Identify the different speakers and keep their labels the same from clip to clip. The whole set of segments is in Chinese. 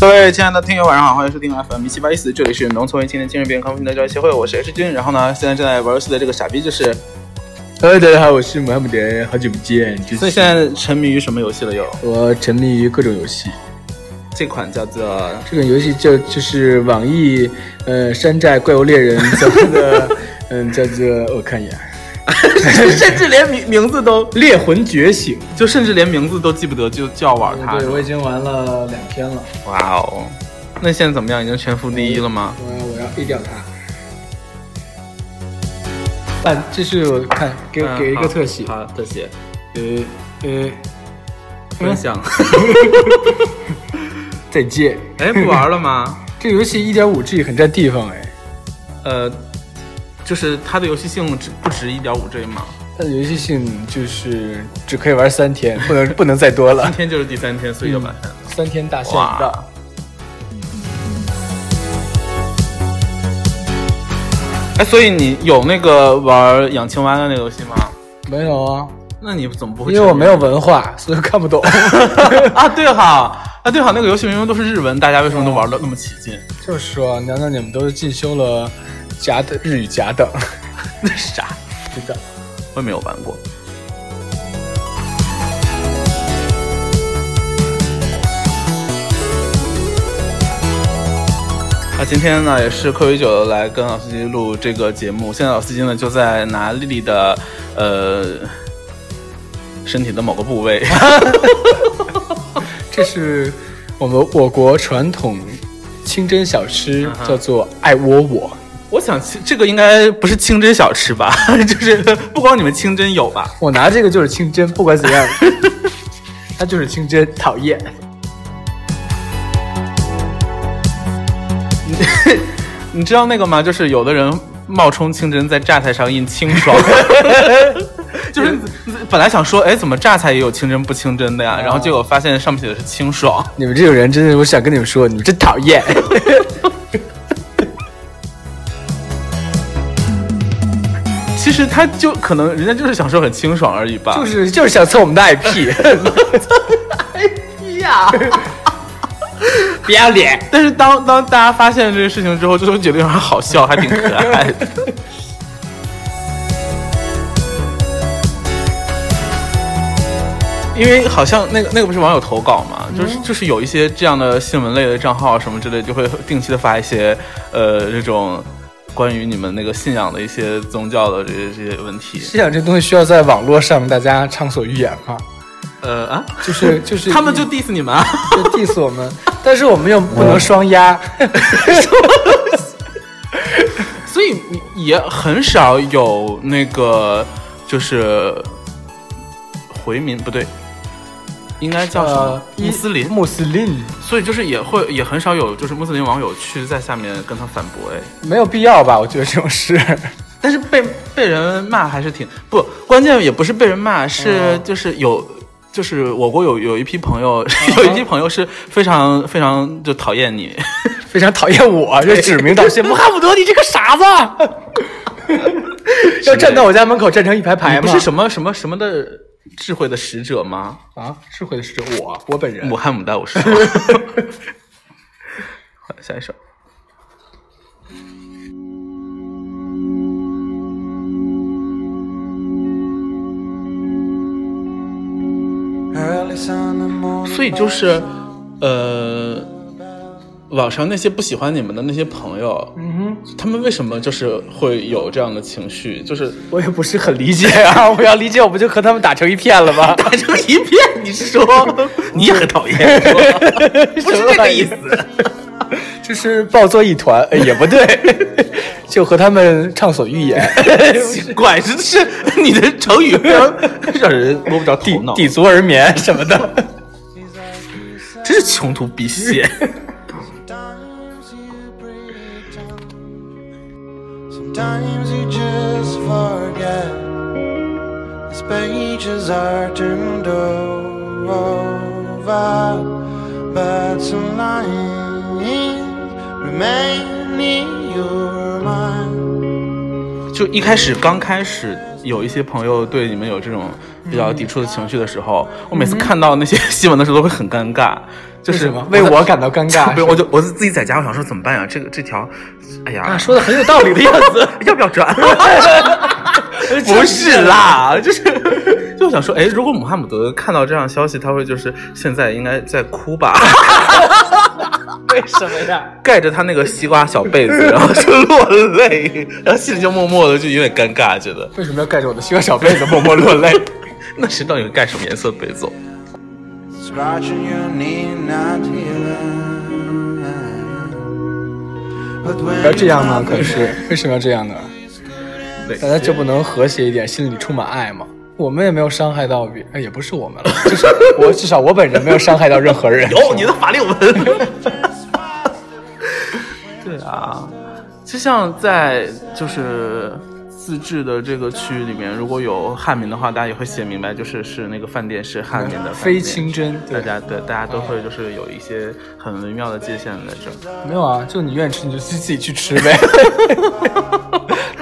Speaker 1: 各位亲爱的听友，晚上好，欢迎收听 FM 一七八一四，这里是农村为青年精神病康复的教育协会，我是 H 君。然后呢，现在正在玩游戏的这个傻逼就是，
Speaker 2: Hello，大呃家好，我是穆罕默德，好久不见。就是
Speaker 1: 所以现在沉迷于什么游戏了又？
Speaker 2: 我沉迷于各种游戏，
Speaker 1: 这款叫做
Speaker 2: 这种游戏叫就是网易呃山寨怪物猎人叫做 的，嗯，叫做我看一眼，
Speaker 1: 甚至连名名字都
Speaker 2: 猎魂觉醒。
Speaker 1: 就甚至连名字都记不得，就就要玩它。
Speaker 2: 嗯我已经玩了两天了，
Speaker 1: 哇哦，那现在怎么样？已经全服第一了吗？
Speaker 2: 我要我要 A 掉它。啊，这是我看给
Speaker 1: 嗯
Speaker 2: 给一个
Speaker 1: 好
Speaker 2: 特写，
Speaker 1: 好，特写，
Speaker 2: 呃呃，
Speaker 1: 分享。
Speaker 2: 再见。
Speaker 1: 哎，不玩了吗？
Speaker 2: 这游戏一点五 G 很占地方哎，
Speaker 1: 呃，就是它的游戏性只不值一点五 G 吗？
Speaker 2: 它的游戏性就是只可以玩三天，不能不能再多了
Speaker 1: 今。天就是第三天，所以要把它。
Speaker 2: 三天大限
Speaker 1: 哇
Speaker 2: 已到。
Speaker 1: 哎，所以你有那个玩养青蛙的那个游戏吗？
Speaker 2: 没有啊，
Speaker 1: 那你怎么不会？
Speaker 2: 因为我没有文化， 所以看不懂。
Speaker 1: 啊，对哈，啊对哈，那个游戏明明都是日文，大家为什么都玩的那么起劲？
Speaker 2: 就是说，难道你们都是进修了甲等日语甲 等？
Speaker 1: 那是啥？
Speaker 2: 知道？
Speaker 1: 我也没有玩过。那今天呢，也是科威九来跟老司机录这个节目。现在老司机呢就在拿丽丽的呃身体的某个部位，
Speaker 2: 这是我们我国传统清真小吃，
Speaker 1: 哼
Speaker 2: 叫做爱窝窝。
Speaker 1: 我想清这个应该不是清真小吃吧？ 就是不光你们清真有吧？
Speaker 2: 我拿这个就是清真，不管怎样， 它就是清真，讨厌。
Speaker 1: 你知道那个吗？就是有的人冒充清真在榨菜上印清爽，就是你本来想说，哎，怎么榨菜也有清真不清真的呀？然后结果发现上面写的是清爽。
Speaker 2: 你们这种人真是，我想跟你们说，你们真讨 厌。
Speaker 1: 其实他就可能人家就是想说很清爽而已吧。
Speaker 2: 就是就是想蹭我们的 IP，
Speaker 1: 呀，
Speaker 2: 不要脸。
Speaker 1: 但是当当大家发现这个事情之后，就都觉得有点好笑，还挺可爱的。 因为好像那个那个不是网友投稿
Speaker 2: 嗯
Speaker 1: 嘛，就是就是有一些这样的新闻类的账号什么之类，就会定期的发一些呃这种关于你们那个信仰的一些宗教的这些这些问题。
Speaker 2: 信 仰这东西需要在网络上大家畅所欲言吗？
Speaker 1: 呃啊，
Speaker 2: 就是就是
Speaker 1: 他们就 diss 你们啊，
Speaker 2: 就 diss 我们，但是我们又不能
Speaker 1: 嗯
Speaker 2: 双压，
Speaker 1: 所以也很少有那个就是回民不对，应该叫什么
Speaker 2: 呃，
Speaker 1: 穆斯林，
Speaker 2: 穆斯林
Speaker 1: 所以就是也会也很少有就是穆斯林网友去在下面跟他反驳哎，
Speaker 2: 没有必要吧？我觉得这种事，
Speaker 1: 但是被被人骂还是挺不，关键也不是被人骂，是就是有。就是我国有有一批朋 友，有一批朋友是非常非常就讨厌你，
Speaker 2: 非常讨厌我，就指名道姓，穆罕默德，你这个傻子，要站到我家门口站成一排排
Speaker 1: 你
Speaker 2: 吗？
Speaker 1: 不是什么什么什么的智慧的使者吗？
Speaker 2: 啊，智慧的是我，我本人
Speaker 1: 穆。罕默德，我 说。好，下一首。所以就是，呃，网上那些不喜欢你们的那些朋友，
Speaker 2: 嗯哼，
Speaker 1: 他们为什么就是会有这样的情绪？ 就是
Speaker 2: 我也不是很理解啊，我要理解，我不就和他们打成一片了吗？
Speaker 1: 打成哎一片，你是说 你也很讨厌？ 不是这个意思。
Speaker 2: 就是抱作一团，哎也不对， 就和他们畅所欲言，
Speaker 1: 奇怪，真的是你的成语非 常让人摸不着
Speaker 2: 抵
Speaker 1: 头脑，
Speaker 2: 抵足而眠什么的。
Speaker 1: 真是穷途必泄。
Speaker 3: Sometimes you break down. Sometimes you just forget. As pages are turned over, but some lines remain in your mind.
Speaker 1: 就一开始刚开始有一些朋友对你们有这种比较抵触的情绪的时候，我每次看到那些新闻的时候都会很尴 尬，就
Speaker 2: 为
Speaker 1: 是
Speaker 2: 什么为我感到尴尬？
Speaker 1: 不是，我就我就自己在家，我想说怎么办呀？这个这条，哎呀，
Speaker 2: 啊，说的很有道理的样子。
Speaker 1: 要 不要 转？不是啦， 就是就我想说，哎，如果姆哈姆德看到这样的消息，他会就是现在应该在哭吧，
Speaker 2: 为什么呀？
Speaker 1: 盖着他那个西瓜小被子，然后就落泪，然后心里就默默的就有点尴尬，觉得
Speaker 2: 为什么要盖着我的西瓜小被 子默默落泪？
Speaker 1: 那谁到底盖什么颜色的被子哦？
Speaker 3: scratching your knee, not healing. But when
Speaker 2: 不要这样
Speaker 3: you're
Speaker 2: 呢？
Speaker 3: not
Speaker 2: 可是为什么要这样呢？
Speaker 1: 对
Speaker 2: 大家就不能和谐一点，心里充满爱吗？我们也没有伤害到别，哎也不是我们了， 就是我至少我本人没有伤害到任何 人。
Speaker 1: 哦，你的法令纹。 对啊，就像在就是自治的这个区域里面，如果有汉民的话，大家也会写明白，就是是那个饭店是汉民的饭店
Speaker 2: 非清真，
Speaker 1: 大
Speaker 2: 对，
Speaker 1: 家对大家都会就是有一些很微妙的界限在这儿。
Speaker 2: 没有啊，就你愿意吃你就自己去吃呗，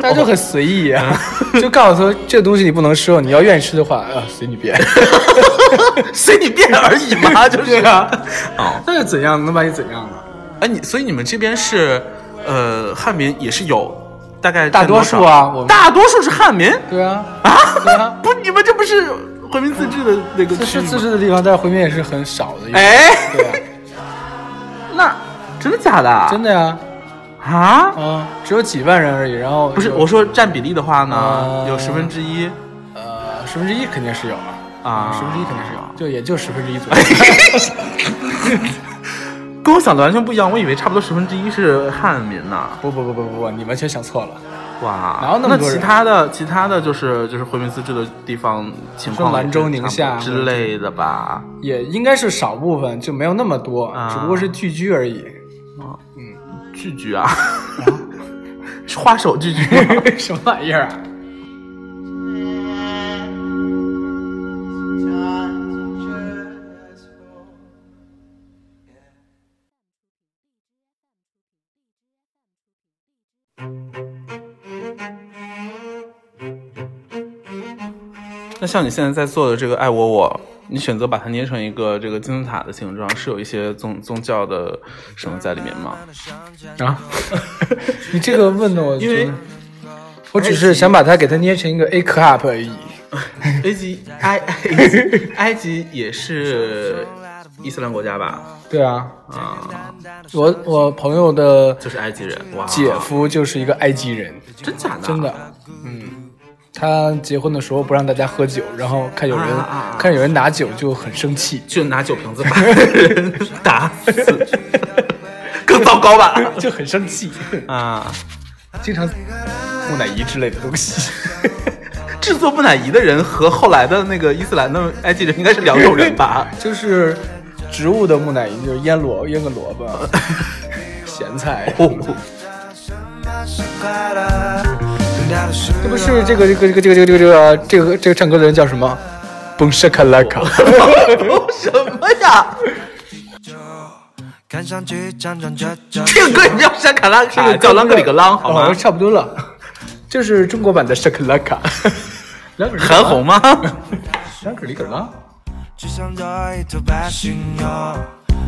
Speaker 2: 大家就很随意啊，
Speaker 1: 哦
Speaker 2: 就告诉他这东西你不能吃哦，你要愿意吃的话啊，随 你便。
Speaker 1: 随你便而已 嘛，就是啊。哦，
Speaker 2: 那又怎样？能把你怎样呢？
Speaker 1: 哎，你所以你们这边是呃汉民也是有大概
Speaker 2: 大
Speaker 1: 占
Speaker 2: 多
Speaker 1: 多少
Speaker 2: 数，啊，我们
Speaker 1: 大多数是汉民
Speaker 2: 对啊，对
Speaker 1: 啊
Speaker 2: 啊，
Speaker 1: 不，你们这不是回民自治的那个
Speaker 2: 这
Speaker 1: 区
Speaker 2: 是
Speaker 1: 域吗
Speaker 2: 自治的地方，但是回民也是很少的一个。
Speaker 1: 哎，
Speaker 2: 对啊，
Speaker 1: 那真的假的？
Speaker 2: 真的呀，
Speaker 1: 啊？
Speaker 2: 啊，只有几万人而已。然后
Speaker 1: 不是，
Speaker 2: 有
Speaker 1: 我说占比例的话呢
Speaker 2: 啊，
Speaker 1: 有十分之一
Speaker 2: 呃，十分之一肯定是有啊，
Speaker 1: 啊，哎
Speaker 2: 十分之一肯定是有，就也就十分之一左右。
Speaker 1: 跟我想的完全不一样，我以为差不多十分之一是汉民呢。
Speaker 2: 不不不不不不，你完全想错了。
Speaker 1: 哇，
Speaker 2: 哪有那
Speaker 1: 那
Speaker 2: 么多
Speaker 1: 其
Speaker 2: 人
Speaker 1: 他的其他的就是就是回民自治的地方情况
Speaker 2: 说兰州
Speaker 1: 也是
Speaker 2: 宁
Speaker 1: 差不
Speaker 2: 夏
Speaker 1: 多之类的吧？
Speaker 2: 也应该是少部分，就没有那么多，
Speaker 1: 啊
Speaker 2: 只不过是聚居而 已。
Speaker 1: 聚居啊，是 花手聚居吗
Speaker 2: 什么玩意儿啊？
Speaker 1: 那像你现在在做的这个爱我我，你选择把它捏成一个这个金字塔的形状，是有一些宗宗教的什么在里面吗？
Speaker 2: 啊， 你这个问的我
Speaker 1: 因为
Speaker 2: 觉得，我只是想把它给它捏成一个 A cup 而已。
Speaker 1: 埃及埃埃及埃及也是伊斯兰国家吧？
Speaker 2: 对啊，
Speaker 1: 啊，
Speaker 2: 我我朋友的
Speaker 1: 就是埃及人哇，
Speaker 2: 姐夫就是一个埃及人，
Speaker 1: 真假的？啊
Speaker 2: 真的，嗯，他结婚的时候不让大家喝酒，然后看有人、
Speaker 1: 啊啊啊
Speaker 2: 看有人拿酒就很生气，
Speaker 1: 就拿酒瓶子把人打死，更糟糕吧？
Speaker 2: 就很生气，
Speaker 1: 啊，
Speaker 2: 经常木乃伊之类的东西。
Speaker 1: 制作木乃伊的人和后来的那个伊斯兰的埃及人应该是两种人吧？
Speaker 2: 就是植物的木乃伊，就是腌萝腌个萝卜，咸菜。
Speaker 1: 哦，
Speaker 2: 这不是这个这个这个这个这个这个这个这个唱歌的人叫什么？蹦沙卡拉卡。
Speaker 1: 什么呀？
Speaker 3: 看上去辗转折折，
Speaker 1: 这个歌也叫山卡拉卡，哎叫啷个里个啷，好
Speaker 2: 哦
Speaker 1: 吗？
Speaker 2: 差不多了，就是中国版的沙卡拉卡。
Speaker 1: 韩红吗？
Speaker 2: 沙卡里卡拉。
Speaker 3: 只想做一头白犀牛，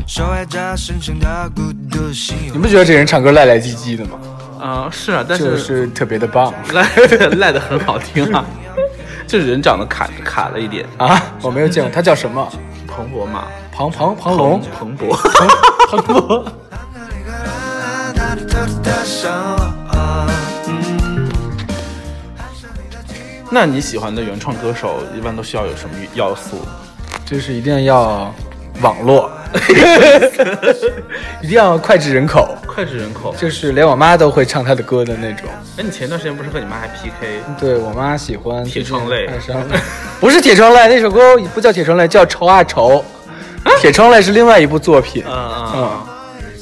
Speaker 3: 守卫着神圣的孤独心
Speaker 2: 你不觉得这人唱歌赖赖唧唧的吗？
Speaker 1: 啊，是啊，但
Speaker 2: 就是是特别的棒
Speaker 1: 赖 赖的很好听啊， 就是人长得卡卡了一点。
Speaker 2: 啊！我没有见过，他叫什么？
Speaker 1: 蓬勃嘛，
Speaker 2: 庞庞庞龙，
Speaker 1: 蓬勃，
Speaker 2: 庞博。
Speaker 3: 的手。
Speaker 1: 那你喜欢的原创歌手一般都需要有什么要素？
Speaker 2: 就是一定要网 络，一定要脍炙人口，
Speaker 1: 脍炙人口。
Speaker 2: 就是连我妈都会唱她的歌的那种。
Speaker 1: 哎，你前段时间不是和你妈还 PK？
Speaker 2: 对我妈喜欢
Speaker 1: 铁窗泪
Speaker 2: 爱上了 不是铁窗泪，那首歌不叫铁窗泪，叫愁啊愁。
Speaker 1: 啊
Speaker 2: 铁窗泪是另外一部作品。
Speaker 1: 嗯
Speaker 2: 嗯，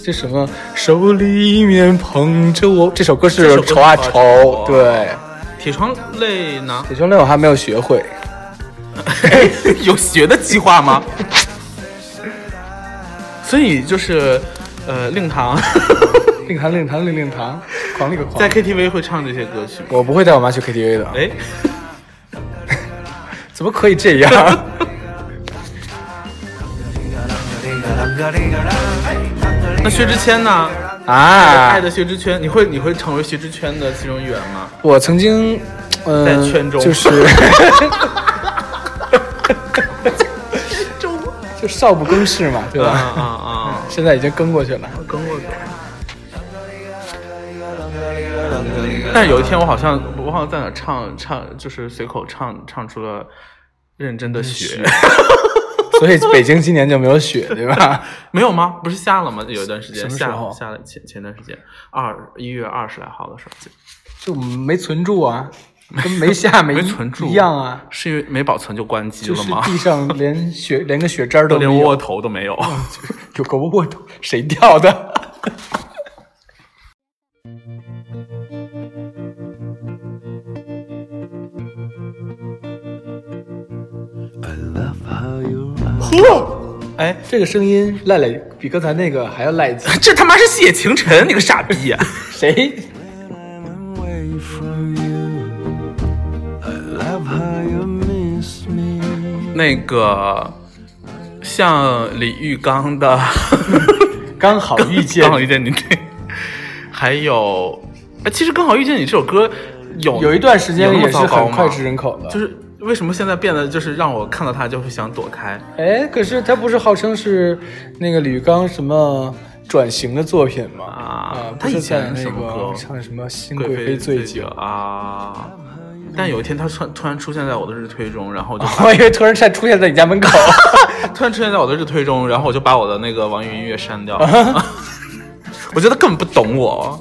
Speaker 2: 这什么手里面捧着我，这首歌
Speaker 1: 这
Speaker 2: 是
Speaker 1: 首歌是
Speaker 2: 愁啊
Speaker 1: 愁啊
Speaker 2: 愁。
Speaker 1: 愁嗯，
Speaker 2: 对，
Speaker 1: 铁窗泪呢？
Speaker 2: 铁窗泪我还没有学会。
Speaker 1: 有学的计划吗？ 所以就是，呃，令堂
Speaker 2: 令堂令堂令令堂，狂了个狂
Speaker 1: 在。KTV 会唱这些歌曲吗？
Speaker 2: 我不会带我妈去 KTV 的。
Speaker 1: 哎，
Speaker 2: 怎么可以这 样？
Speaker 1: 那薛之谦呢？爱
Speaker 2: 啊！
Speaker 1: 的薛之谦，你会你会成为薛之谦的其中一员吗？
Speaker 2: 我曾经，呃，
Speaker 1: 在圈中
Speaker 2: 就是， 就少不更事嘛，对
Speaker 1: 啊
Speaker 2: 吧？
Speaker 1: 啊啊！
Speaker 2: 现在已经跟过去了。
Speaker 1: 跟过去。但是有一天，我好像我好像在哪儿唱唱，就是随口唱唱出了认真的
Speaker 2: 嗯
Speaker 1: 雪，
Speaker 2: 所以北京今年就没有雪，对吧？
Speaker 1: 没有吗？不是下了吗？有一段时间
Speaker 2: 什么时
Speaker 1: 下
Speaker 2: 候
Speaker 1: 下了前前段时间二一月二十来号的时候，
Speaker 2: 就没存住啊，跟没下没
Speaker 1: 没存住
Speaker 2: 一样啊，
Speaker 1: 是因为没保存就关机
Speaker 2: 就
Speaker 1: 了
Speaker 2: 是
Speaker 1: 吗？
Speaker 2: 地上 连雪连个雪渣儿都
Speaker 1: 都
Speaker 2: 没
Speaker 1: 连
Speaker 2: 有
Speaker 1: 窝，头都没有。
Speaker 2: 哦 有个窝头，谁掉的？
Speaker 1: 哎，
Speaker 2: 这个声音赖赖比刚才那个还要赖劲，
Speaker 1: 这他妈是谢晴晨，你个傻逼、啊！
Speaker 2: 谁？
Speaker 3: away from you. I love how you miss me.
Speaker 1: 那个像李玉刚的
Speaker 2: 刚好遇见
Speaker 1: 刚好遇见你》对，还有，哎，其实《刚好遇见你》这首歌有
Speaker 2: 有一段时间
Speaker 1: 有那么
Speaker 2: 也是
Speaker 1: 糟糕
Speaker 2: 很
Speaker 1: 吗
Speaker 2: 脍炙人口的，
Speaker 1: 就是为什么现在变得就是让我看到它就会想躲开？
Speaker 2: 哎，可是他不是号称是那个吕刚什么转型的作品吗？
Speaker 1: 啊
Speaker 2: 不
Speaker 1: 他
Speaker 2: 是
Speaker 1: 以
Speaker 2: 在
Speaker 1: 前
Speaker 2: 那
Speaker 1: 什么
Speaker 2: 个
Speaker 1: 歌
Speaker 2: 唱什么《新
Speaker 1: 贵
Speaker 2: 贵妃嗯醉
Speaker 1: 酒
Speaker 2: 酒》
Speaker 1: 啊！但有一天它突然突然出现在我的日推中，然后 我就
Speaker 2: 我以为突然在出现在你 家门口，
Speaker 1: 突然出现在我的日推中，然后我就把我的那个网易云音乐删 掉 了。我觉得根本不懂我。哦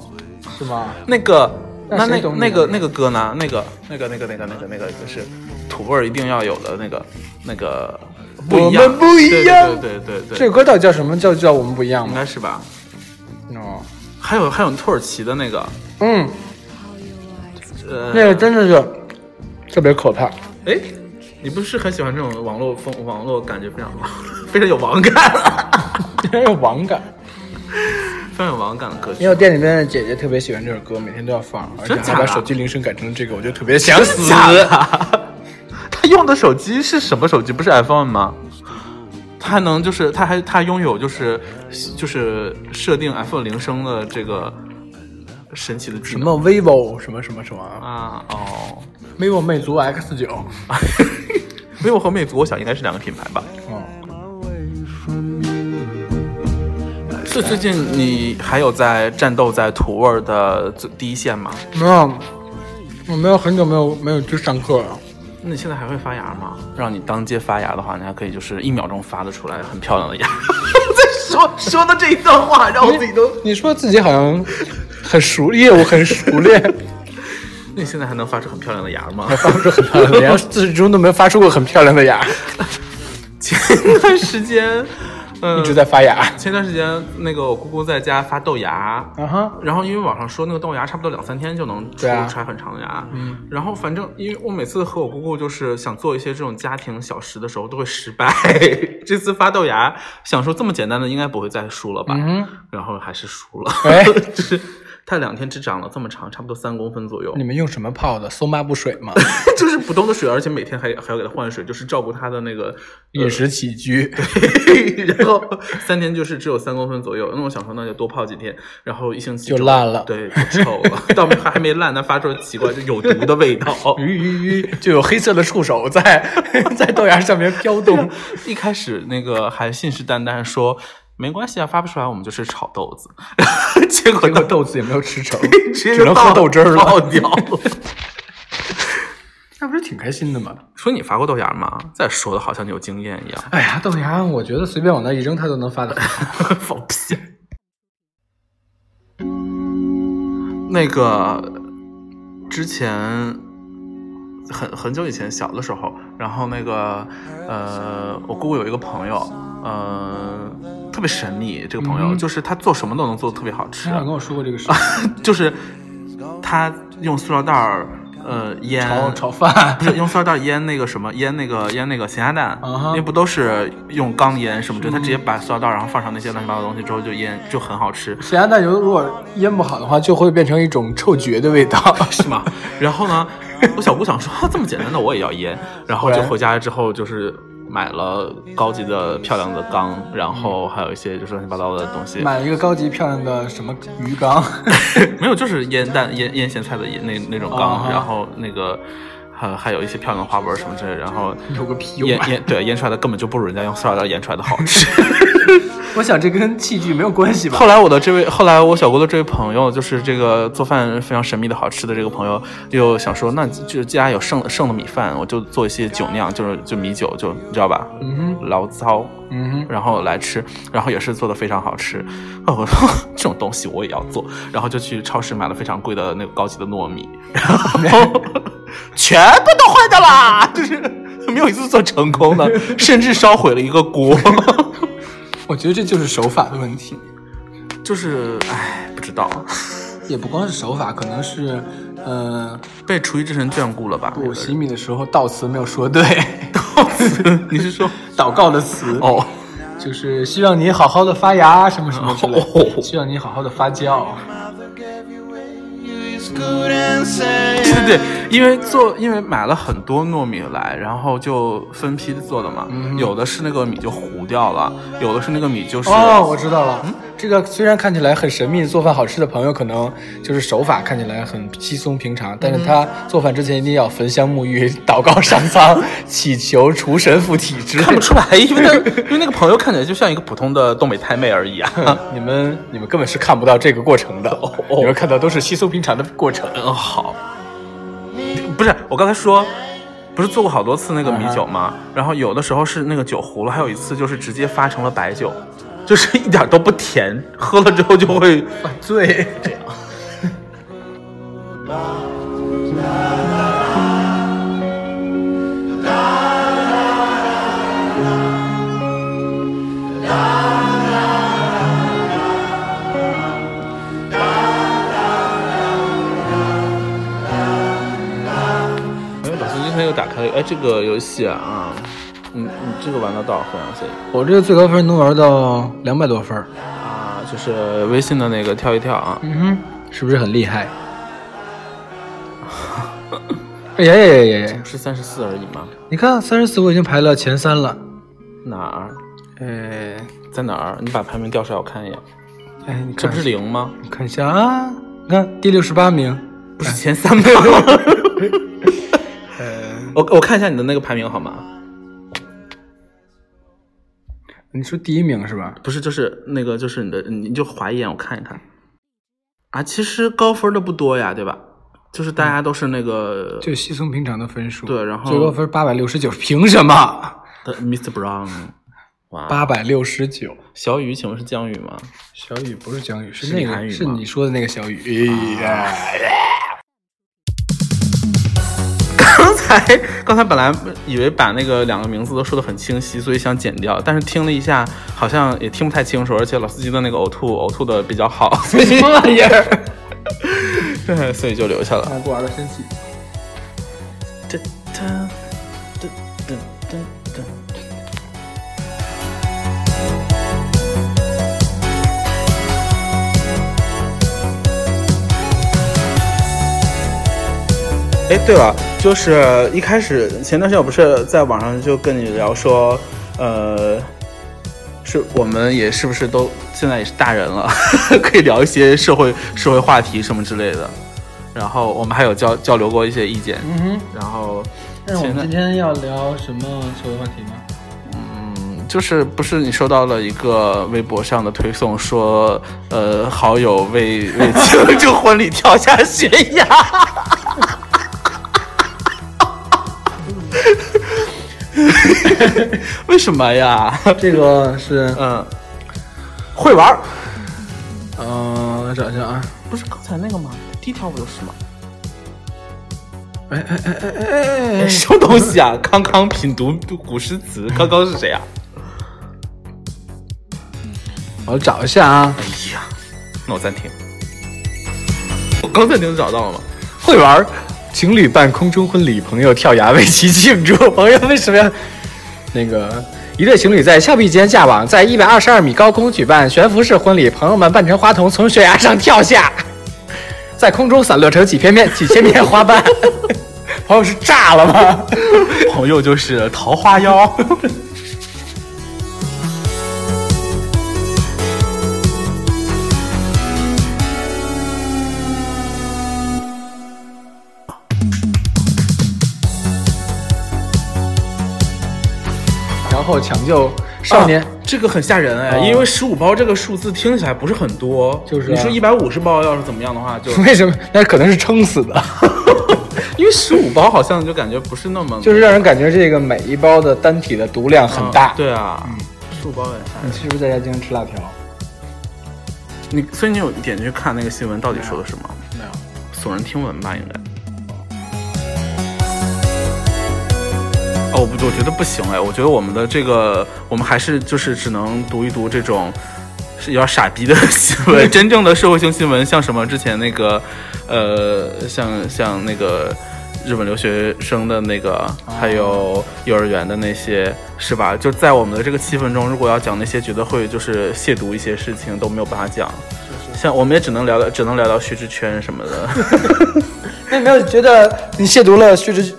Speaker 2: 是吗？
Speaker 1: 那个，
Speaker 2: 那
Speaker 1: 那
Speaker 2: 谁
Speaker 1: 那
Speaker 2: 懂你
Speaker 1: 那
Speaker 2: 呢
Speaker 1: 个那个歌呢？那个那个那个那个那个那个就是土味儿一定要有的那个那个不一样，
Speaker 2: 我们不一样
Speaker 1: 对对对对对
Speaker 2: 这首歌到底叫什么？叫叫我们不一样
Speaker 1: 应
Speaker 2: 吗？
Speaker 1: 该是吧？
Speaker 2: 哦，
Speaker 1: 还有还有土耳其的那个，
Speaker 2: 嗯，
Speaker 1: 呃，
Speaker 2: 那个真的是特别可怕。
Speaker 1: 哎，你不是很喜欢这种网络风网络感觉非常 非常有网感，
Speaker 2: 很有网感，
Speaker 1: 非常有网感的歌曲
Speaker 2: 因为。我店里面的姐姐特别喜欢这首歌，每天都要放，而且
Speaker 1: 真假
Speaker 2: 还
Speaker 1: 的
Speaker 2: 把手机铃声改成这个，我就 特别想死。
Speaker 1: 他用的手机是什么手机？不是 iPhone 吗？他还能就是他还他拥有就是就是设定 iPhone 铃声的这个神奇的技
Speaker 2: 什
Speaker 1: 能
Speaker 2: 么 vivo 什么什么什么啊
Speaker 1: 啊？ 哦
Speaker 2: vivo 魅族 X 九，
Speaker 1: ，vivo 和魅族，我想应该是两个品牌吧。
Speaker 2: 嗯，
Speaker 1: 最最近你还有在战斗在土味儿的最第一线吗？
Speaker 2: 嗯没有，我没有很久没有没有去上课了。
Speaker 1: 那你现在还会发芽吗？让你当街发芽的话，你还可以就是一秒钟发得出来很漂亮的芽。 在说说的这一段话，让我自己都……
Speaker 2: 你说自己好像很熟业务很熟 练，
Speaker 1: 那你现在还能发出很漂亮的芽 吗？
Speaker 2: 发不出很漂亮的芽，自始至终都没发出过很漂亮的芽，
Speaker 1: 前段时间，嗯，
Speaker 2: 一直在发芽。
Speaker 1: 前段时间，那个我姑姑在家发豆芽，
Speaker 2: 啊哈，
Speaker 1: 然后因为网上说那个豆芽差不多两三天就能出
Speaker 2: 对啊
Speaker 1: 出来很长的芽，嗯，然后反正因为我每次和我姑姑就是想做一些这种家庭小食的时候都会失败， 这次发豆芽想说这么简单的应该不会再输了吧，
Speaker 2: 嗯，
Speaker 1: 然后还是输了，
Speaker 2: 哎
Speaker 1: 就是它两天只长了这么长，差不多三公分左右
Speaker 2: 你，们用什么泡的？松抹布水吗？
Speaker 1: 就是普通的水，而且每天还还要给它换水，就是照顾它的那个
Speaker 2: 饮食起居，
Speaker 1: 然后三天就是只有三公分左右，那我想说那就多泡几天，然后一星期
Speaker 2: 就
Speaker 1: 之后
Speaker 2: 烂了
Speaker 1: 对，就臭 了，到没还还没烂，它发出奇怪就有毒的味道。嗯
Speaker 2: 鱼鱼鱼，就有黑色的触手 在在豆芽上面飘动。
Speaker 1: 一开始那个还信誓旦旦说没关系啊，发不出来我们就是炒豆子， 结果
Speaker 2: 结果
Speaker 1: 到
Speaker 2: 豆子也没有吃成，
Speaker 1: 直接
Speaker 2: 只能喝豆汁儿了
Speaker 1: 倒掉了。
Speaker 2: 那不是挺开心的吗？
Speaker 1: 说你发过豆芽吗？再说的好像你有经验一样，
Speaker 2: 哎呀，豆芽，我觉得随便往那一扔，它都能发 的。
Speaker 1: 放屁。那个之前很很久以前小的时候，然后那个呃，我姑姑有一个朋友，呃，特别神秘。这个朋友、
Speaker 2: 嗯
Speaker 1: 就是他做什么都能做得特别好吃
Speaker 2: 他，好像跟我说过这个事，
Speaker 1: 就是他用塑料袋儿呃腌
Speaker 2: 炒炒饭
Speaker 1: 不。是用塑料袋腌那个什么，腌那个腌那个咸鸭蛋，
Speaker 2: 啊哈
Speaker 1: 因为不都是用钢腌什么的，他直接把塑料袋然后放上那些乱七八糟的东西之后就腌，就很好吃，
Speaker 2: 咸鸭蛋油如果腌不好的话，就会变成一种臭绝的味道，
Speaker 1: 啊是吗？然后呢，我小姑想 说啊这么简单的我也要腌，然后就回家之后就是买了高级的漂亮的缸，然后还有一些就是乱七八糟的东西，
Speaker 2: 买了一个高级漂亮的什么鱼缸，
Speaker 1: 没有就是腌蛋腌腌咸菜的腌那那种缸，
Speaker 2: 啊
Speaker 1: 然后那个。还还有一些漂亮的花纹什么之类的，然后
Speaker 2: 有个屁用
Speaker 1: 腌
Speaker 2: 啊！
Speaker 1: 腌对腌出来的根本就不如人家用塑料袋腌出来的好吃。
Speaker 2: 我想这跟器具没有关系吧？
Speaker 1: 后来我的这位，后来我小姑的这位朋友，就是这个做饭非常神秘的好吃的这个朋友，又想说，那就家有剩剩的米饭，我就做一些酒酿，就是就米酒，就你知道吧，
Speaker 2: 嗯
Speaker 1: 醪糟，
Speaker 2: 哼，嗯哼，
Speaker 1: 然后来吃，然后也是做的非常好吃。哦，我说 这种东西我也要做，然后就去超市买了非常贵的那个高级的糯米，然 后全部都坏掉啦，就是没有一次做成功的，甚至烧毁了一个锅。
Speaker 2: 我觉得这就是手法的问题，
Speaker 1: 就是唉，不知道
Speaker 2: 也不光是手法，可能是，呃，
Speaker 1: 被厨艺之神眷顾了吧？有
Speaker 2: 我
Speaker 1: 的
Speaker 2: 洗米的时候悼词没有 说对，
Speaker 1: 人 你是说
Speaker 2: 祷告的词，
Speaker 1: 哦？
Speaker 2: 就是希望你好好的发芽，什么什么之类的，
Speaker 1: 哦
Speaker 2: 希望你好好的发酵。
Speaker 1: 对对对，因为做因为买了很多糯米来，然后就分批做的嘛，
Speaker 2: 嗯
Speaker 1: 有的是那个米就糊掉了，有的是那个米就是。
Speaker 2: 哦，我知道了。这个虽然看起来很神秘，做饭好吃的朋友可能就是手法看起来很稀松平常，但是他做饭之前一定要焚香沐浴、 祷告上苍、祈求厨神附体之类
Speaker 1: 看不
Speaker 2: 的。
Speaker 1: 出来， 因为那因为那个朋友看起来就像一个普通的东北太妹而已啊。
Speaker 2: 你们你们根本是看不到这个过程的，你们看到都是稀松平常的过程。
Speaker 1: 嗯，好，不是我刚才说，不是做过好多次那个米酒吗？然后有的时候是那个酒糊了，还有一次就是直接发成了白酒，就是一点都不甜，喝了之后就会
Speaker 2: 对，
Speaker 1: 哎，老师今天又打开了，哎，这个游戏啊，啊嗯，嗯这个玩了多少分啊？现在
Speaker 2: 我这个最高分能玩到两百多分，
Speaker 1: 啊，就是微信的那个跳一跳啊，
Speaker 2: 嗯哼，是不是很厉 害？哎呀呀呀呀呀！
Speaker 1: 是三十四而已吗？
Speaker 2: 你看三十四我已经排了前三了，
Speaker 1: 哪儿？
Speaker 2: 哎
Speaker 1: 在哪儿？你把排名调出来，我看一眼。
Speaker 2: 哎，你
Speaker 1: 这
Speaker 2: 看
Speaker 1: 不是零吗？
Speaker 2: 看一下啊，你看第六十八名，
Speaker 1: 不是前三名 吗？
Speaker 2: 呃
Speaker 1: 我我看一下你的那个排名好吗？
Speaker 2: 你说第一名是吧？
Speaker 1: 不是，就是那个，就是你的，你就划一眼，我看一看。啊，其实高分的不多呀，对吧？就是大家都是那个、
Speaker 2: 就稀松平常的分数。
Speaker 1: 对然后
Speaker 2: 最高分八百六十九，凭什么？
Speaker 1: 的 Mr. Brown。哇，
Speaker 2: 八百六十九，
Speaker 1: 小雨，请问是江雨吗？
Speaker 2: 小雨不是江雨，是
Speaker 1: 是
Speaker 2: 那
Speaker 1: 李涵
Speaker 2: 个
Speaker 1: 予
Speaker 2: 是
Speaker 1: 吗
Speaker 2: 你说的那个小雨。哎呀，
Speaker 1: 刚才刚才本来以为把那个两个名字都说的很清晰，所以想剪掉，但是听了一下，好像也听不太清楚，而且老司机的那个呕吐呕吐的比较好，所以
Speaker 2: 什么玩意儿？
Speaker 1: 对，所以就留下了。
Speaker 2: 不玩了，生气。
Speaker 1: 哒哒哒哒哒哒。哎，对了，就是一开始前段时间我不是在网上就跟你聊说，呃，是我们也是不是都现在也是大人了， 可以聊一些社会社会话题什么之类的，然后我们还有交交流过一些意见，
Speaker 2: 嗯哼，
Speaker 1: 然后
Speaker 2: 那我
Speaker 1: 前
Speaker 2: 们
Speaker 1: 段
Speaker 2: 今天要聊什么社会话题呢？
Speaker 1: 嗯，就是不是你收到了一个微博上的推送说，呃，好友为为庆祝婚礼跳下悬崖。 为什么呀？
Speaker 2: 这个是，
Speaker 1: 嗯，会玩儿，
Speaker 2: 嗯，我找一下啊。
Speaker 1: 不是刚才那个吗？第一条不就是吗？
Speaker 2: 哎哎哎哎哎哎哎！
Speaker 1: 什么东西啊？康康品读古诗词，刚刚是谁啊？
Speaker 2: 我找一下啊。
Speaker 1: 哎呀，那我暂停。我刚暂停找到了啊吗？
Speaker 2: 会玩儿，情侣办空中婚礼，朋友跳崖为其庆祝。朋友为什么要那个？一对情侣在峭壁间架网，在一百二十二米高空举办悬浮式婚礼，朋友们扮成花童 从悬崖上跳下，在空中散落成几片片几千片花瓣。朋友是炸了吗？
Speaker 1: 朋友就是桃花妖。
Speaker 2: 然后抢救少年，
Speaker 1: 啊这个很吓人哎，
Speaker 2: 哦
Speaker 1: 因为十五包这个数字听起来不是很多，
Speaker 2: 就是啊
Speaker 1: 你说一百五十包要是怎么样的 话，就
Speaker 2: 为什么？那可能是撑死的，
Speaker 1: 因为十五包好像就感觉不是那么
Speaker 2: 就是让人感觉这个每一包的单体的毒量很大。
Speaker 1: 啊，对啊，十五包有点吓
Speaker 2: 你
Speaker 1: 人。
Speaker 2: 是不是在家经常吃辣条？
Speaker 1: 你所以你有点去看那个新闻到底说的什么？
Speaker 2: 没有。
Speaker 1: 耸人听闻吧，应该。哦，我不，我觉得不行哎，我觉得我们的这个，我们还是就是只能读一读这种是有点傻逼的新闻，真正的社会性新闻，像什么之前那个，呃，像像那个日本留学生的那个，还有幼儿园的那些，是吧？就在我们的这个气氛中，如果要讲那些觉得会就是亵渎一些事情，都没有办法讲。像我们也只能聊聊，只能聊聊徐志圈什么的。
Speaker 2: 那你没有觉得你亵渎了薛之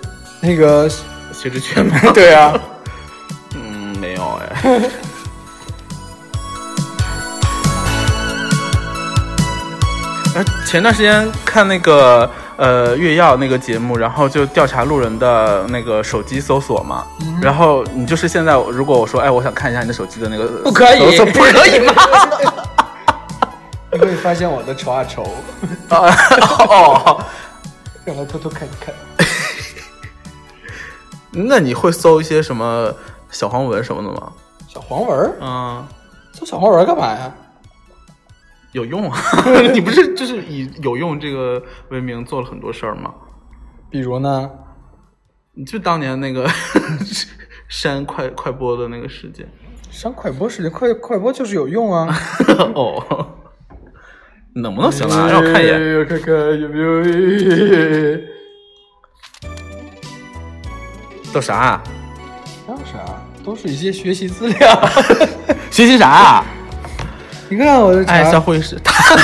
Speaker 2: 那个？
Speaker 1: 徐志圈吗？
Speaker 2: 对啊，
Speaker 1: 嗯，没有哎。 而哎前段时间看那个呃月曜那个节目，然后就调查路人的那个手机搜索嘛，
Speaker 2: 嗯
Speaker 1: 然后你就是现在如果我说哎我想看一下你的手机的那个
Speaker 2: 不可以
Speaker 1: 搜索 不可以吗？
Speaker 2: 你会发现我的仇啊仇，
Speaker 1: 啊哦，
Speaker 2: 让他偷偷看一看。
Speaker 1: 那你会搜一些什么小黄文什么的吗？
Speaker 2: 小黄文儿，
Speaker 1: 嗯，
Speaker 2: 搜小黄文儿干嘛呀？
Speaker 1: 有用 啊！你不是就是以有用这个为名做了很多事儿吗？
Speaker 2: 比如呢？
Speaker 1: 你就当年那个 删快快播的那个事件。
Speaker 2: 上快播时间，快快播就是有用啊！
Speaker 1: 哦，能不能 行了？啊让我看一眼。，
Speaker 2: 哎看看有没有。
Speaker 1: 都啥啊？
Speaker 2: 还有啥？都是一些学习资料。
Speaker 1: 学习啥啊？
Speaker 2: 你看我的啥？
Speaker 1: 爱笑会哎是他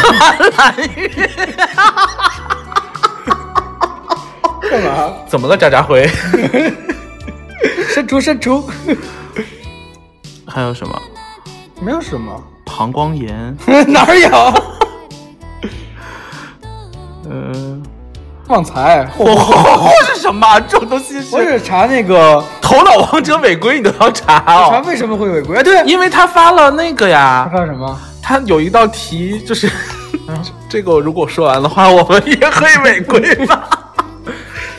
Speaker 2: 干 嘛？
Speaker 1: 怎么了？渣渣辉？
Speaker 2: 删除删除，
Speaker 1: 还有什么？
Speaker 2: 没有什么，
Speaker 1: 膀胱炎？
Speaker 2: 哪儿有？
Speaker 1: 呃，
Speaker 2: 旺财，嚯
Speaker 1: 哦，哦是什么？这种东西
Speaker 2: 我
Speaker 1: 是
Speaker 2: 只查那个
Speaker 1: 头脑王者违规，你都要查
Speaker 2: 查
Speaker 1: 哦？
Speaker 2: 为什么会违规？哎，对，
Speaker 1: 因为他发了那个呀
Speaker 2: 他，发什么？
Speaker 1: 他有一道题就是， 这个如果说完的话，我们也可以违规吧？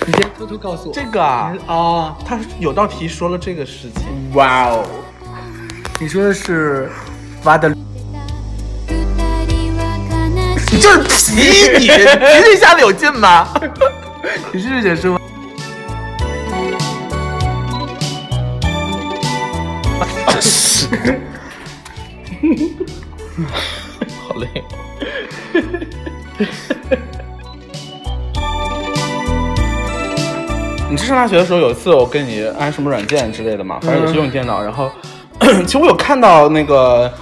Speaker 2: 你先偷偷告诉我
Speaker 1: 这个啊，
Speaker 2: 啊！
Speaker 1: 他有道题说了这个事情，
Speaker 2: 哇哦，你说的是挖的
Speaker 1: 就是提你，提这 下子有劲吗？
Speaker 2: 你是不是也是吗？
Speaker 1: 好累、 你是上大学的时候，有一次我跟你安什么软件之类的嘛，反正也是用电脑，然后 其实我有看到那个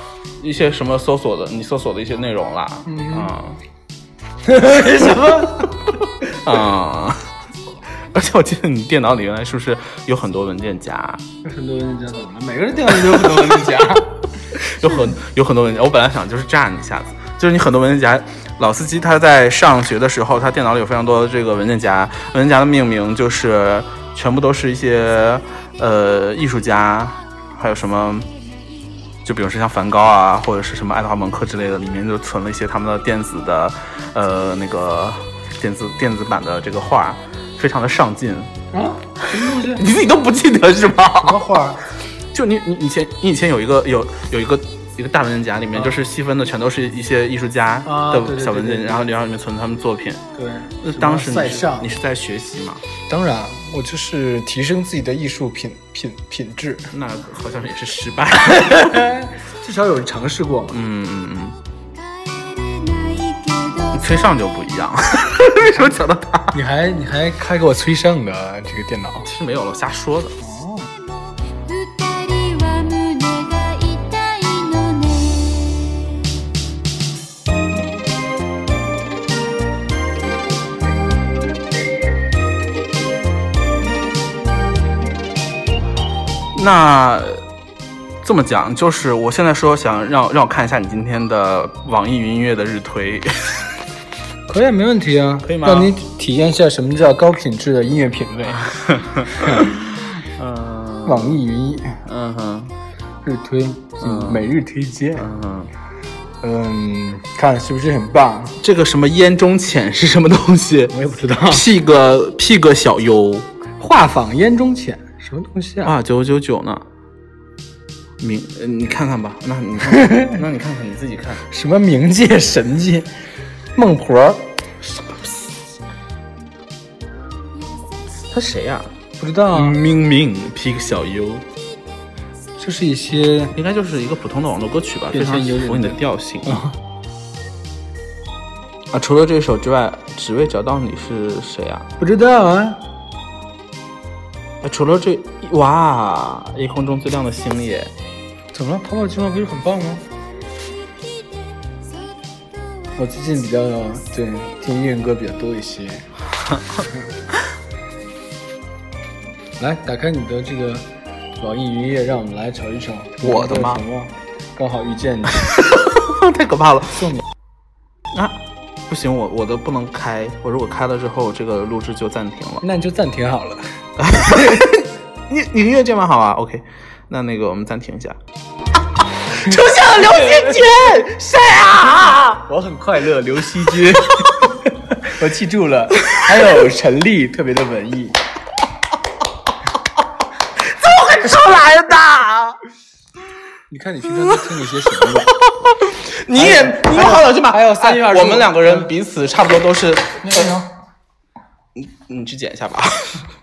Speaker 1: 一些什么搜索的，你搜索的一些内容啦， 啊、
Speaker 2: 什么？
Speaker 1: 啊、 而且我记得你电脑里原来是不是有很多文件夹？
Speaker 2: 很多人家怎么了？每个人电脑里都有很多人家。
Speaker 1: 有很有很多文件，我本来想就是炸你一下子，就是你很多文件夹。老司机他在上学的时候，他电脑里有非常多的这个文件夹，文件夹的命名就是全部都是一些呃艺术家，还有什么。就比如说像梵高啊，或者是什么爱德华蒙克之类的，里面就存了一些他们的电子的，呃，那个电子电子版的这个画，非常的上进。
Speaker 2: 啊？什么东西？
Speaker 1: 你自己都不记得是吗？
Speaker 2: 什么画？
Speaker 1: 就你你你以前你以前有一个有有一个一个大文件夹，里面就是细分的全都是一些艺术家
Speaker 2: 啊对对
Speaker 1: 的
Speaker 2: 对
Speaker 1: 小文
Speaker 2: 对
Speaker 1: 件，
Speaker 2: 对
Speaker 1: 然后然后里面存他们作品。
Speaker 2: 对，
Speaker 1: 那当时
Speaker 2: 塞
Speaker 1: 你是
Speaker 2: 尚
Speaker 1: 你。是在学习吗？
Speaker 2: 当然，我就是提升自己的艺术品品品质，
Speaker 1: 那好像也是失 败。
Speaker 2: 至少有尝试过嘛。
Speaker 1: 嗯嗯嗯。崔尚就不一 样，为什么讲到他？
Speaker 2: 你还你还开给我崔尚的这个电脑？
Speaker 1: 其实没有了，我瞎说的。那这么讲，就是我现在说想让让我看一下你今天的网易云音乐的日推，
Speaker 2: 可以，没问题啊，
Speaker 1: 可以吗
Speaker 2: 让你体验一下什么叫高品质的音乐品味。
Speaker 1: 嗯
Speaker 2: 网易云
Speaker 1: 嗯哼
Speaker 2: 日推，
Speaker 1: 嗯
Speaker 2: 每日推荐，
Speaker 1: 嗯哼，
Speaker 2: 嗯，看是不是很棒？
Speaker 1: 这个什么烟中浅是什么东西？
Speaker 2: 我也不知道，
Speaker 1: 屁个屁个小优
Speaker 2: 画舫烟中浅，什么东西啊？
Speaker 1: 啊，九九九呢？明，呃你看看吧，那 你看看，那你看看你自己看。
Speaker 2: 什么冥界神 界，孟婆儿，
Speaker 1: 他谁呀、
Speaker 2: 不知道啊，
Speaker 1: 明明 P 小优，
Speaker 2: 这是一些
Speaker 1: 应该就是一个普通的网络歌曲吧，
Speaker 2: 变
Speaker 1: 非常
Speaker 2: 成有
Speaker 1: 符合你
Speaker 2: 点
Speaker 1: 的调性啊。除了这首之外，只为找到你是谁啊？
Speaker 2: 不知道啊，
Speaker 1: 啊除了这，哇，夜空中最亮的星耶，
Speaker 2: 怎么了？泡泡金毛不是很棒吗？我最近比较对听音乐歌比较多一 些。来，打开你的这个网易云音乐，让我们来瞅一瞅
Speaker 1: 我的吗
Speaker 2: 什么？刚好遇见你，
Speaker 1: 太可怕了
Speaker 2: 送你
Speaker 1: 啊！不行，我我的不能开，我如果开了之后，这个录制就暂停了。
Speaker 2: 那你就暂停好了。
Speaker 1: 你你音乐键盘好啊？OK，那那个我们暂停一 下。出现了刘惜君，谁 啊？
Speaker 2: 我很快乐，刘惜君， 我记住了。还有陈粒，特别的文 艺。
Speaker 1: 出来的。
Speaker 2: 你看你平常都听一些什么吧？
Speaker 1: 你也
Speaker 2: 哎
Speaker 1: 你们好老师吧？
Speaker 2: 还有三月
Speaker 1: 哎
Speaker 2: 二十五
Speaker 1: 我们两个人彼此差不多都是，
Speaker 2: 那个
Speaker 1: 啊
Speaker 2: 呢
Speaker 1: 你去剪一下吧。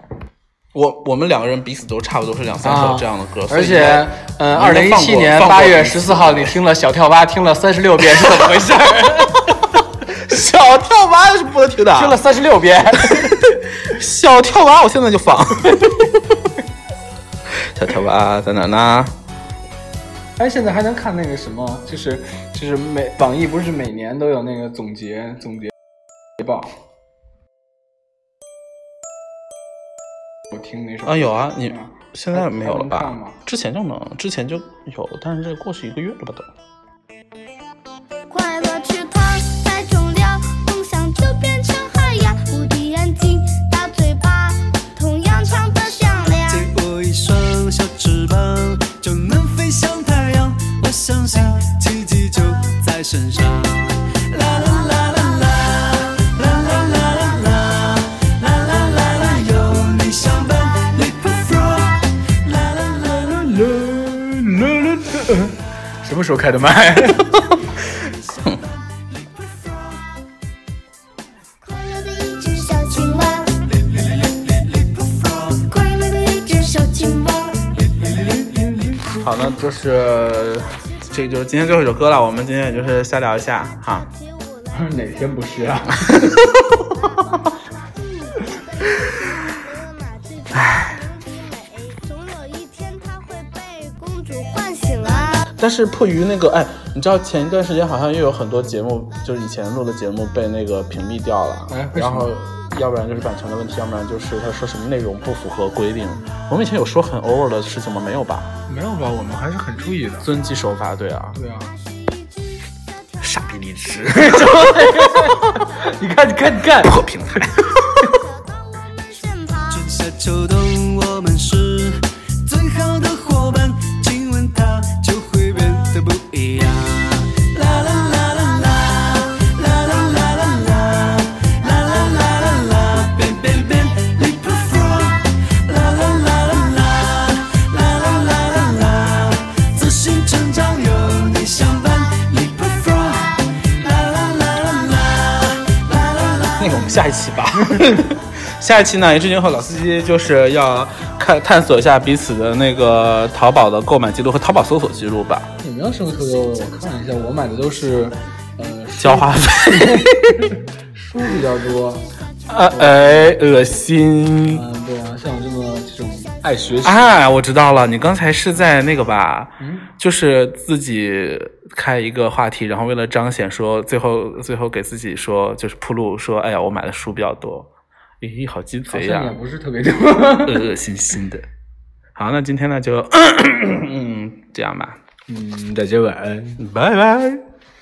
Speaker 1: 我我们两个人彼此都差不多是两三首这样的歌，所以
Speaker 2: 啊而且，呃，二
Speaker 1: 你应
Speaker 2: 零一
Speaker 1: 该放
Speaker 2: 七
Speaker 1: 过
Speaker 2: 年
Speaker 1: 放过
Speaker 2: 八月
Speaker 1: 彼此
Speaker 2: 十四号，你听了小跳蛙，听了三十六遍，是怎么回 事？
Speaker 1: 小跳蛙是不能听的啊，
Speaker 2: 听了三十六遍，
Speaker 1: 小跳蛙，我现在就放。 小跳蛙在哪呢？
Speaker 2: 哎，现在还能看那个什么，就是就是每网易不是每年都有那个总结总结捷报。我听那首
Speaker 1: 啊，有啊，你现在没有了
Speaker 2: 还
Speaker 1: 吧
Speaker 2: 能看吗？
Speaker 1: 之前就能，之前就有，但是这过去一个月了吧都。
Speaker 4: 快乐池塘在终了，梦想就变成海洋。无敌眼睛，大嘴巴，同样唱得响亮。
Speaker 3: 借我一双小翅膀，就能飞向太阳。我相信奇迹就在身上。啦啦啦啦啦，啦啦啦啦啦，啦啦啦啦，有你相伴，Leap Frog。啦啦啦啦啦，
Speaker 2: 什么时候开的麦？
Speaker 4: 快乐的一只小青蛙，快乐的一只小青蛙。
Speaker 1: 好的，就是这就是今天最后一首歌了，我们今天也就是瞎聊一下哈。
Speaker 2: 哪天不是啊？
Speaker 4: 哎唉，总有一天它会被公主唤醒啊。
Speaker 1: 但是迫于那个，哎，你知道前一段时间好像又有很多节目，就是以前录的节目被那个屏蔽掉了，
Speaker 2: 哎为什
Speaker 1: 然
Speaker 2: 么
Speaker 1: 后要不然就是版权的问题，要不然就是他说什么内容不符合规定。我们以前有说很 over 的事情吗？没有吧？
Speaker 2: 没有吧？我们还是很注意的。
Speaker 1: 遵纪守法，对啊。
Speaker 2: 对啊，
Speaker 1: 傻逼荔枝
Speaker 2: 你看，你看，你看，
Speaker 1: 破平台，
Speaker 4: 走到我们身旁。
Speaker 3: 春夏秋冬，我们是最好的伙伴，亲吻它就会变得不一样。啦啦啦啦啦，啦啦啦啦啦，啦啦啦啦啦，变变变，leap frog，啦啦啦啦啦，啦啦啦啦啦，自信成长有你相伴，leap frog，啦啦啦啦啦，啦啦啦。
Speaker 1: 那个我们下一期吧。 下一期呢，志军和老司机就是要看探索一下彼此的那个淘宝的购买记录和淘宝搜索记录吧。
Speaker 2: 你们要什么特别？我看一下，我买的都是，呃，
Speaker 1: 交话费，
Speaker 2: 书比较多。
Speaker 1: 呃，哎，恶心。
Speaker 2: 嗯，对啊，像我这么这种爱学习，
Speaker 1: 啊，我知道了，你刚才是在那个吧？就是自己开一个话题，然后为了彰显说，最后最后给自己说，就是铺路，说，哎呀，我买的书比较多，咦，好鸡
Speaker 2: 好
Speaker 1: 贼呀
Speaker 2: 像也、不是特别多。
Speaker 1: 恶恶心心的。好，那今天呢就 嗯这样吧，
Speaker 2: 嗯，再接吻。
Speaker 1: 拜拜。